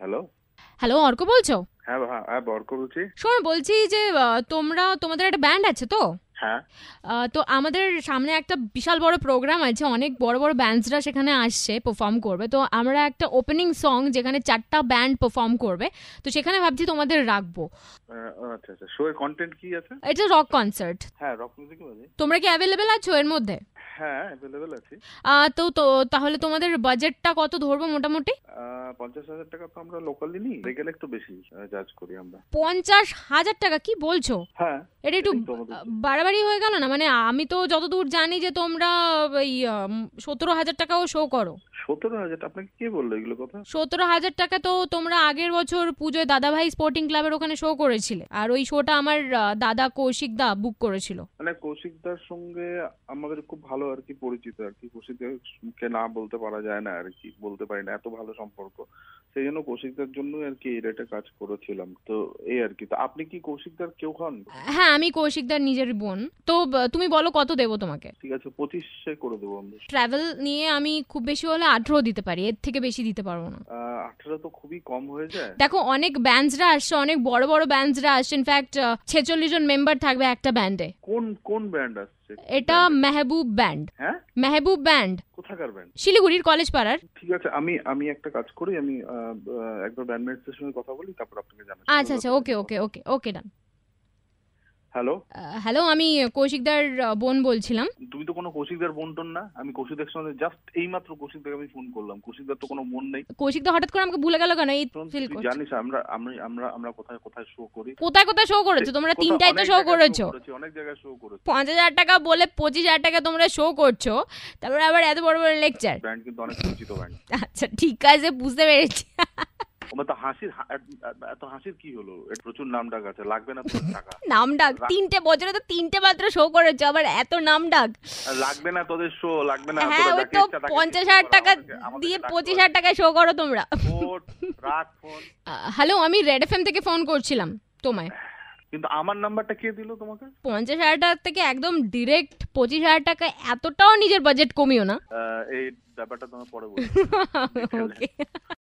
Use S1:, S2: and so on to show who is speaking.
S1: Hello
S2: hello Arko বলছো
S1: হ্যাঁ বা- হ্যাঁ বর্ক বলছি
S2: শোনো বলছি যে আহ, তোমরা তোমাদের একটা ব্যান্ড আছে তো
S1: হ্যাঁ
S2: আহ, তো আমাদের সামনে একটা বিশাল বড় প্রোগ্রাম আছে অনেক বড় বড় ব্যান্ডসরা সেখানে আসছে পারফর্ম করবে তো আমরা একটা ওপেনিং সং যেখানে চারটা ব্যান্ড পারফর্ম করবে তো সেখানে ভাবছি তোমাদের রাখবো
S1: আহ, আচ্ছা আচ্ছা শো এর কন্টেন্ট কি আছে
S2: এটা রক কনসার্ট
S1: হ্যাঁ রক মিউজিক বাজে
S2: তোমরা কি অ্যাভেলেবেল আছো এর মধ্যে
S1: হ্যাঁ অ্যাভেলেবেল আছে
S2: আহ, তো তো তাহলে তোমাদের বাজেটটা কত ধরবো মোটামুটি
S1: আহ, পঞ্চাশ হাজার টাকা তো আমরা লোকালি নিই রেগেল একটু বেশি জাজ করি আমরা
S2: পঞ্চাশ হাজার টাকা কি বলছো
S1: হ্যাঁ
S2: এটা একটু
S1: এটাই তো আমাদের-
S2: বাড়াবাড়ি হয়ে গেল না মানে আমি তো যতদূর জানি যে তোমরা এই সতেরো হাজার টাকাও শো করো
S1: সতেরো হাজার আপনাকে কে বললো এগুলো কথা
S2: সতেরো হাজার টাকা তো তোমরা আগের বছর পুজোয় দাদাভাই স্পোর্টিং ক্লাবের ওখানে শো করেছিলে আর ওই শোটা আমার আহ, দাদা কৌশিক দা বুক করেছিল
S1: মানে কৌশিকদার সঙ্গে আমাদের খুব ভালো আর কি পরিচিত আর কি কৌশিকদারকে না বলতে পারা যায় না আর কি বলতে পারি না এত ভালো সম্পর্ক সেই জন্য কৌশিকদার জন্য আর কি এই রেটে কাজ করেছিলাম তো এই আর কি তো আপনি কি কৌশিকদার কেউ হন
S2: হ্যাঁ আমি কৌশিক দার নিজের বোন তো আহ, তুমি বলো কত দেবো তোমাকে
S1: ঠিক আছে পঁচিশে করে দেবো আমি
S2: ট্রাভেল নিয়ে আমি খুব বেশি হলে আঠেরো দিতে পারি এর থেকে বেশি দিতে পারবো না
S1: আহ, আঠারো তো খুবই কম হয়ে যায়
S2: দেখো অনেক ব্যান্ডসরা আসছে অনেক বড় বড় ব্যান্ডসরা আসছে ইনফ্যাক্ট ছেচল্লিশ জন মেম্বার থাকবে একটা ব্যান্ডে
S1: কোন কোন ব্যান্ড আসছে
S2: এটা মেহবুব ব্যান্ড
S1: হ্যাঁ
S2: মেহবুব ব্যান্ড
S1: কোথাকার ব্যান্ড
S2: শিলিগুড়ির কলেজ পাড়ার
S1: ঠিক আছে আমি আমি একটা কাজ করি আমি আহ, আহ, একবার ব্যান্ডমেটসের সঙ্গে কথা বলি তারপর আপনাকে জানাচ্ছি
S2: আচ্ছা আচ্ছা okay okay okay okay done
S1: hello
S2: hello আমি কৌশিকদার আহ, বোন বলছিলাম
S1: তুমি তো কোনো কৌশিকদার বন্টন না আমি কৌশিকদের সঙ্গে জাস্ট এইমাত্র কৌশিকদাকে আমি ফোন করলাম কৌশিকদার তো কোনো মন নেই
S2: কৌশিকদা হঠাৎ করে আমাকে ভুলে গেল কেন এই
S1: শোন,
S2: ফিল
S1: তুই জানিস আমরা আমরা আমরা আমরা কোথায় কোথায় শো করি
S2: কোথায় কোথায় শো করেছো আচ্ছা, তোমরা
S1: কোথাও
S2: তিনটায় তো
S1: অনেক
S2: শো
S1: জায়গায় show
S2: করেছো
S1: করেছি, অনেক জায়গায় শো করেছি
S2: পাঁচ হাজার টাকা বলে পঁচিশ হাজার টাকা তোমরা শো করছো তারপরে আবার এত বড় বড় লেকচার
S1: ব্যান্ড কিন্তু অনেক পরিচিত ব্যান্ড
S2: আচ্ছা ঠিক আছে বুঝতে পেরেছি
S1: আমার তো হাসির হা- এত- এত হাসির কি হলো এর প্রচুর নাম ডাক আছে লাগবে না তোর টাকা
S2: নাম ডাক তিনটে বছরে তো তিনটে মাত্র শো করেছো আবার এত নাম ডাক
S1: আর লাগবে না তোদের শো লাগবে না
S2: হ্যাঁ
S1: তোরা
S2: ওই
S1: যাকে
S2: তো
S1: ইচ্ছা তাকে
S2: পঞ্চাশ
S1: choose
S2: হাজার
S1: কর,
S2: টাকা
S1: আমাদেরকে- আমাদেরকে
S2: দিয়ে
S1: ডাক
S2: পঁচিশ
S1: কর।
S2: হাজার টাকায় শো করো তোমরা
S1: ফোন, রাখ ফোন
S2: হ্যালো আমি রেড এফএম থেকে ফোন করছিলাম তোমায়
S1: কিন্তু আমার নাম্বারটা কে দিল তোমাকে
S2: পঞ্চাশ হাজার টাকা থেকে একদম ডিরেক্ট পঁচিশ হাজার টাকা এতটাও নিজের বাজেট কমিও না
S1: আহ, এই ব্যাপারটা তোমার পরে বলছি
S2: ওকে